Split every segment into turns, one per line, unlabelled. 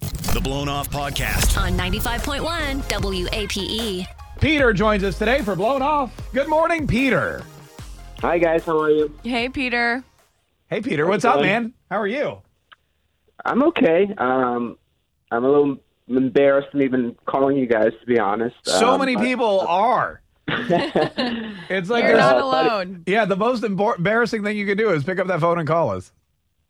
The Blown Off Podcast.
on 95.1 WAPE.
Peter joins us today for Blown Off. Good morning, Peter.
Hi guys, how are you?
Hey, Peter.
Hey, Peter, what's up, man? How are you?
I'm okay. Um, I'm a little embarrassed I'm even calling you guys to be honest.
So
Um,
many
but-
people are. it's like,
You're
there's-
not
Uh, buddy.
alone.
yeah, the most embor- embarrassing thing you could do is pick up that phone and call us.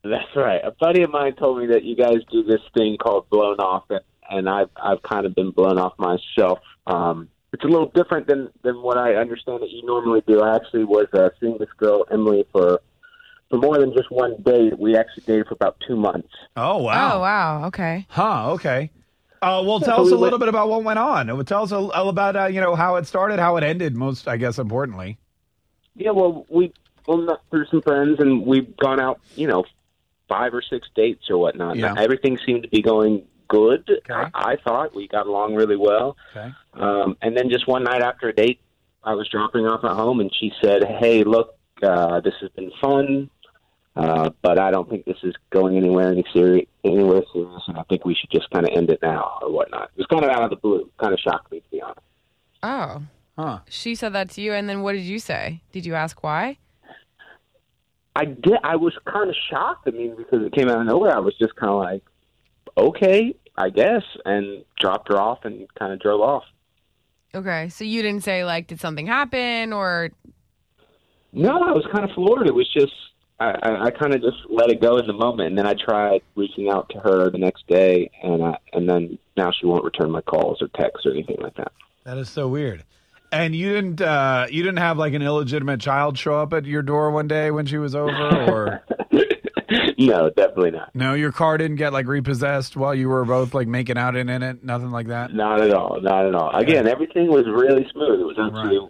That's right. A buddy of mine told me that you guys do this thing called blown off, and, and I've I've kind of been blown off myself. Um, it's a little different than than what I understand that you normally do. I actually was uh, seeing this girl Emily for for more than just one date. We actually dated for about two months.
Oh,
Oh, wow. Okay.
Huh, okay. Uh, well, tell
so
us
we
a
went-
little bit about what went on. Uh, Tell us a, a- about, uh, you know, how it started, how it ended, most, I guess, importantly.
Yeah, well, we well met through some friends, and we've gone out, you know, five or six dates or whatnot.
Yeah.
Everything seemed to be going good.
Okay.
I, I thought we got along really well.
Okay.
Um, and then just one night after a date, I was dropping her off at home, and she said, "Hey, look, uh, this has been fun, uh, but I don't think this is going anywhere any seri- anywhere serious, and I think we should just kind of end it now or whatnot." It was kind of out of the blue, kind of shocked me to be honest.
Oh.
Huh.
She said that to you, and then what did you say? Did you ask why?
I did. I was kind of shocked. I mean, because it came out of nowhere. I was just kind of like, okay, I guess, and dropped her off and kind of drove off.
Okay. So you didn't say, like, did something happen or.
No, I was kind of floored. It was just I, I, I kind of just let it go in the moment, and then I tried reaching out to her the next day, and I, and then now she won't return my calls or texts or anything like that.
That is so weird. And you didn't uh, you didn't have like an illegitimate child show up at your door one day when she was over, or
no, definitely not.
no, your car didn't get like repossessed while you were both like making out and in it, nothing like that.
Not at all. Not at all. Again, everything was really smooth. It was actually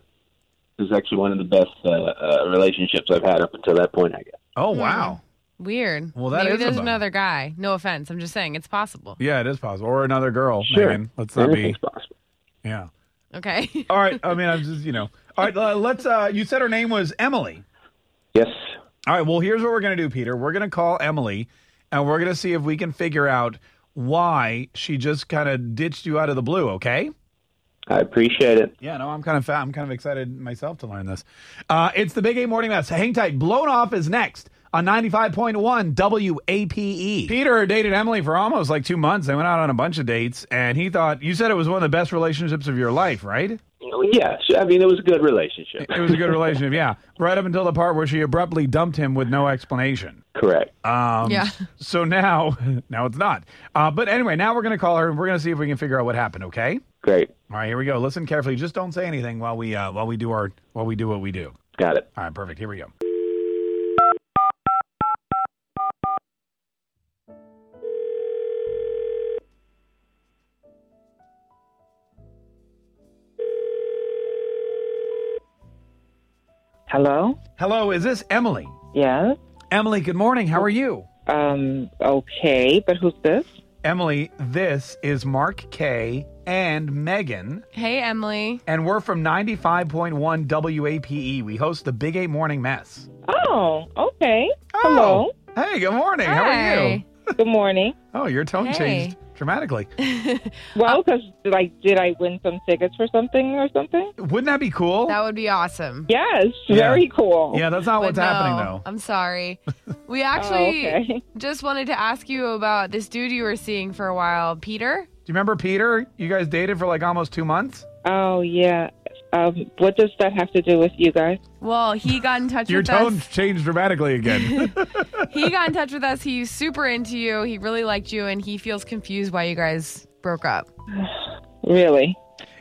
it was actually one of the best uh, uh, relationships I've had up until that point. I guess.
Oh wow,
Weird.
Well, that
Maybe
is a
there's
bummer.
another guy. No offense. I'm just saying it's possible.
yeah, it is possible, or another girl.
Sure.
Megan. let's not be.
Anything's possible.
Yeah.
Okay.
All right. I mean, I'm just you know. All right. Uh, let's. Uh, you said her name was Emily.
Yes.
All right. Well, here's what we're going to do, Peter. We're going to call Emily and we're going to see if we can figure out why she just kind of ditched you out of the blue, okay?
I appreciate it.
Yeah, no, I'm kind of fa- I'm kind of excited myself to learn this. Uh, it's the Big A Morning Mess. Hang tight. Blown off is next on 95.1 WAPe. E. Peter dated Emily for almost like 2 months. They went out on a bunch of dates and he thought you said it was one of the best relationships of your life, right?
Yeah. sh- I mean, it was a good relationship.
It was a good relationship. Yeah. Right up until the part where she abruptly dumped him with no explanation. Um,
Correct.
Uh,
yeah.
So now, now it's not. Uh, but anyway, now we're going to call her and we're going to see if we can figure out what happened. Okay.
Great.
All right. Here we go. Listen carefully. Just don't say anything while we uh, while we do our while we do what we do.
Got it.
All right. Perfect. Here we go.
Hello?
Hello. Is this Emily?
Yes.
Emily. Good morning. How are you?
Um, okay, but who's this?
Emily. This is Mark K and Megan.
Hey, Emily.
And we're from 95.1 WAPE. E. We host the Big A Morning Mess.
Oh, okay.
Oh,
Hello.
Hey, good morning. How are you?
Hey.
Good morning.
Oh, your tone
Hey.
changed dramatically.
Well, because like, did I win some tickets for something or something?
Wouldn't that be cool?
That would be awesome.
Yes,
Yeah.
very cool.
yeah, that's not
But
what's
no,
happening though.
I'm sorry. We
Oh,
actually
okay.
just wanted to ask you about this dude you were seeing for a while, Peter.
Do you remember Peter? You guys dated for like almost two months.
Oh, yeah. Um, what does that have to do with you guys?
Well, he got in touch
Your
with
tone
us.
changed dramatically again.
He got in touch with us. He's super into you. He really liked you, and he feels confused why you guys broke up.
Really?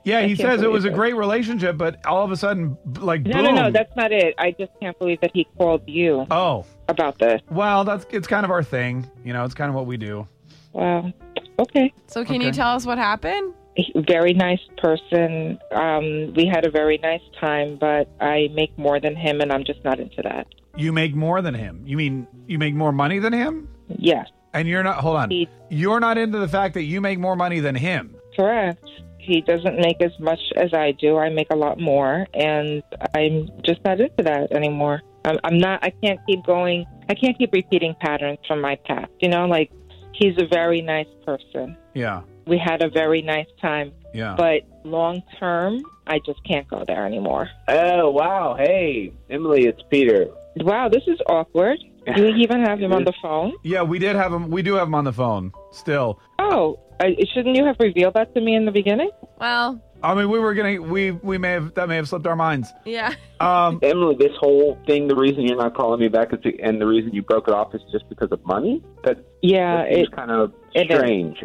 yeah, he
can't
says it
believe
was a
it.
great relationship, but all of a sudden, b- like
No,
boom.
no, no. That's not it. I just can't believe that he called you
oh,
about this.
well, that's it's kind of our thing. You know, it's kind of what we do.
Wow. Okay.
So, can you
Okay.
tell us what happened?
He- Very nice person. Um, we had a very nice time, but I make more than him, and I'm just not into that.
You make more than him. You mean you make more money than him?
Yes.
And you're not. Hold on.
He-
You're not into the fact that you make more money than him.
Correct. He doesn't make as much as I do. I make a lot more, and I'm just not into that anymore. Um, I'm, I'm not. I can't keep going. I can't keep repeating patterns from my past. You know, like He's a very nice person.
Yeah.
We had a very nice time,
Yeah.
but long term, I just can't go there anymore.
Oh wow! Hey, Emily, it's Peter.
Wow, this is awkward. Do we even have him on the phone?
yeah, we did have him. We do have him on the phone still.
Oh, I, shouldn't you have revealed that to me in the beginning?
Well,
I mean, we were gonna. We we may have that may have slipped our minds.
yeah.
Um.
Emily, this whole thing—the reason you're not calling me back is the, and the reason you broke it off is just because of money. That
Yeah,
that seems
Uh, it,
kind of
it is.
strange.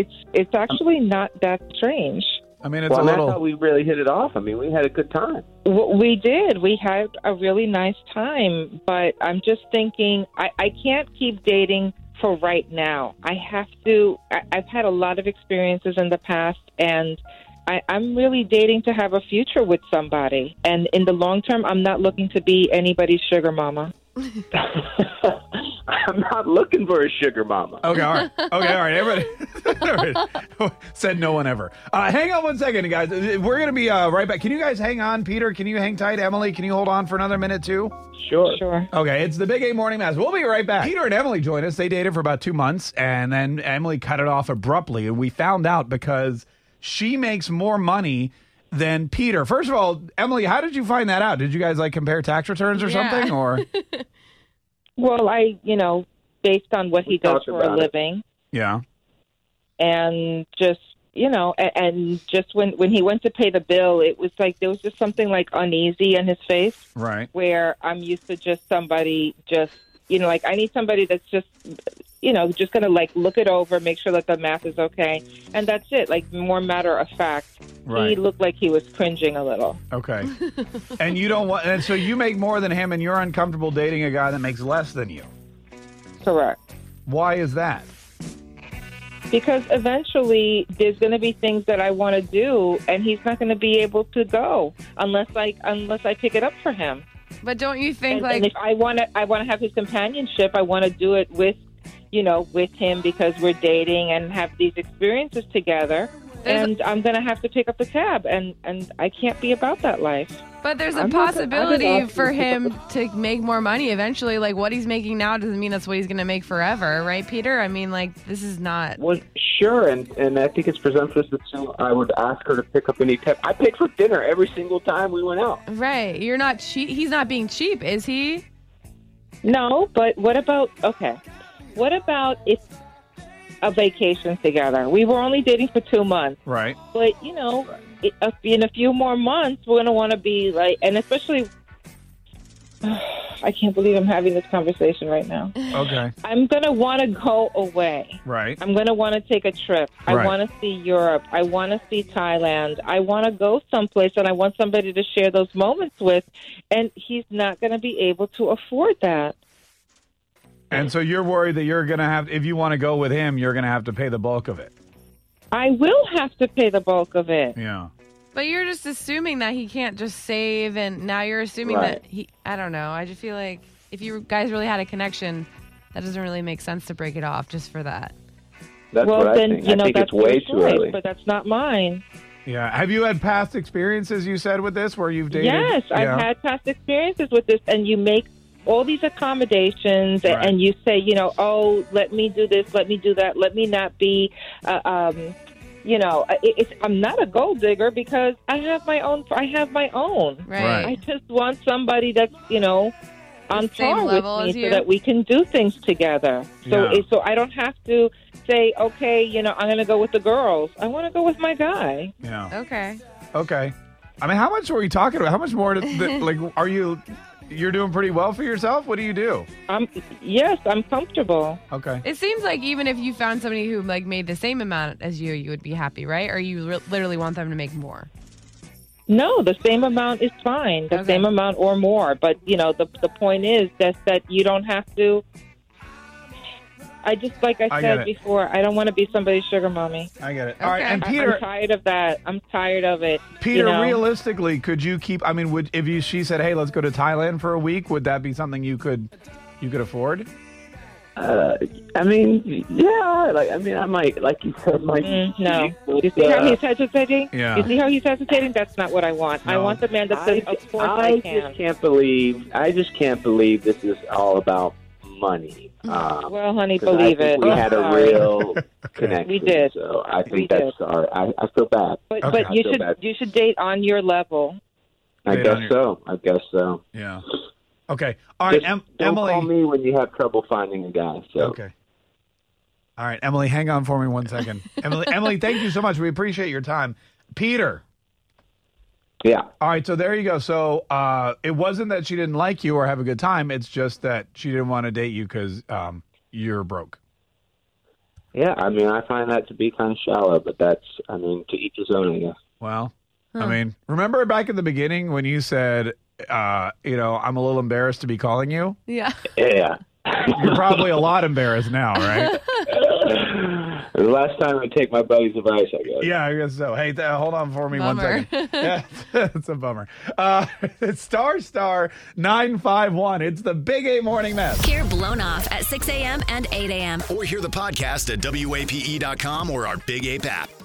it's it's actually not that strange.
I mean, it's
well,
a
and that's how
little.
we really hit it off. I mean, we had a good time.
W- We did. We had a really nice time, but I'm just thinking I, I can't keep dating for right now. I have to. I, I've had a lot of experiences in the past, and I, I'm really dating to have a future with somebody. And in the long term, I'm not looking to be anybody's sugar mama.
I'm not looking for a sugar mama.
Uh,
Okay. All right. Okay. All right. Everybody said no one ever. Uh, hang on one second, guys. We're gonna be uh, right back. Can you guys hang on, Peter? Can you hang tight, Emily? Can you hold on for another minute too?
Sure.
Sure.
Okay, it's the Big A Morning Mass. We'll be right back. Peter and Emily joined us. They dated for about two months, and then Emily cut it off abruptly. And we found out because she makes more money than Peter. First of all, Emily, how did you find that out? Did you guys like compare tax returns or
Yeah.
something? Or
Well, I, you know, based on what
We
he does
talked
for a
about it.
living,
yeah,
and just you know and, and just when when he went to pay the bill it was like there was just something like uneasy in his face
right.
where i'm used to just somebody just you know like i need somebody that's just you know just gonna like look it over make sure that the math is okay and that's it like more matter of fact he
Right.
looked like he was cringing a little
Okay. and you don't want, and so you make more than him, and you're uncomfortable dating a guy that makes less than you.
correct
Why is that?
because eventually there's going to be things that I want to do, and he's not going to be able to go unless I unless I pick it up for him.
But don't you think
and,
like
and if I want to, I want to have his companionship. I want to do it with, you know, with him because we're dating and have these experiences together.
There's-
and i am I'm gonna have to pick up the tab, and and I can't be about that life.
But there's a
I'm not gonna- I didn't
possibility
ask
for
you to pick
him to make more money eventually. Like what he's making now doesn't mean that's what he's going to make forever, right, Peter? I mean, like this is not.
Well, sure, and, and I think it's presumptuous to assume I would ask her to pick up any tip. I paid for dinner every single time we went out.
Right. You're not cheap. He's not being cheap, is he?
No, but what about okay? What about if a vacation together? We were only dating for two months,
Right.
but you know, i- if- in a few more months, we're gonna want to be like, and especially. I can't believe I'm having this conversation right now.
Okay.
I'm going to want to go away.
Right.
I'm going to want to take a trip.
Right.
I want to see Europe. I want to see Thailand. I want to go someplace and I want somebody to share those moments with. And he's not going to be able to afford that.
And so you're worried that you're going to have, if you want to go with him, you're going to have to pay the bulk of it.
I will have to pay the bulk of it.
Yeah.
But you're just assuming that he can't just save, and now you're assuming
Right.
that he. I don't know. I just feel like if you guys really had a connection, that doesn't really make sense to break it off just for that.
That's
well,
what I
then,
think.
you know,
I think it's
that's
way
your
too
choice,
early.
But that's not mine.
Yeah. Have you had past experiences you said with this where you've dated?
Yes,
Yeah.
I've had past experiences with this, and you make all these accommodations, a-
Right.
and you say, you know, oh, let me do this, let me do that, let me not be, uh, um, you know, I- it, it's, I'm not a gold digger because I have my own. I have my own.
Right.
I just want somebody that's, you know. On
same
par with
level
me,
as you.
so that we can do things together. So,
Yeah.
it, so I don't have to say, okay, you know, I'm going to go with the girls. I want to go with my guy.
Yeah.
Okay.
Okay. I mean, how much were you talking about? How much more? Did, th- like, are you? You're doing pretty well for yourself. What do you do?
I'm yes, I'm comfortable.
Okay.
It seems like even if you found somebody who like made the same amount as you, you would be happy, right? Or you ri- literally want them to make more.
No, the same amount is fine. The
Okay.
same amount or more. But you know, the the point is that that you don't have to. I just like I,
I get
said
it.
before, I don't want to be somebody's sugar mommy.
I get it. All right.
Okay.
And
I- I'm
Peter,
tired of that. I'm tired of it.
Peter,
you know?
realistically, could you keep? I mean, would if you she said, "Hey, let's go to Thailand for a week," would that be something you could, you could afford?
Uh, I mean, yeah. Like, I mean, I might, like you said, like,
Mm, no.
but,
You see how
uh,
he's hesitating?
Yeah.
You see how he's hesitating? That's not what I want. I
No.
want the man that says,
I,
"Of course
I
I
just
can."
can't believe. I just can't believe this is all about money. Um,
Mm, Well, honey,
'cause I
believe
think
it. Oh,
We had a
Sorry.
real connection.
We did.
So I think
We
that's
did.
our. I, I feel bad.
But,
Okay.
but you
I feel
should
bad.
you should date on your level.
I
Wait,
guess
on your-
so. I guess so.
Yeah. Okay. All right,
Just
em-
don't
Emily.
call me when you have trouble finding a guy. So
Okay. All right, Emily, hang on for me one second. Emily, Emily, thank you so much. We appreciate your time. Peter.
yeah,
All right, so there you go. So uh, it wasn't that she didn't like you or have a good time. It's just that she didn't want to date you because um, you're broke.
yeah. I mean, I find that to be kind of shallow, but that's. I mean, to each his own. I guess.
Well, I
Huh.
mean, remember back at the beginning when you said, uh, you know, I'm a little embarrassed to be calling you?
Yeah.
Yeah.
You're probably a lot embarrassed now, right?
the last time I take my buddy's advice, I guess.
yeah, I guess so. Hey, th- hold on for me one
Bummer.
second. yeah, it's a bummer. Uh, it's star star nine five one. It's the Big A Morning Mess.
Hear Blown Off at 6 a.m. and 8 a.m.
E Or hear the podcast at WAPE.com or our Big Ape app.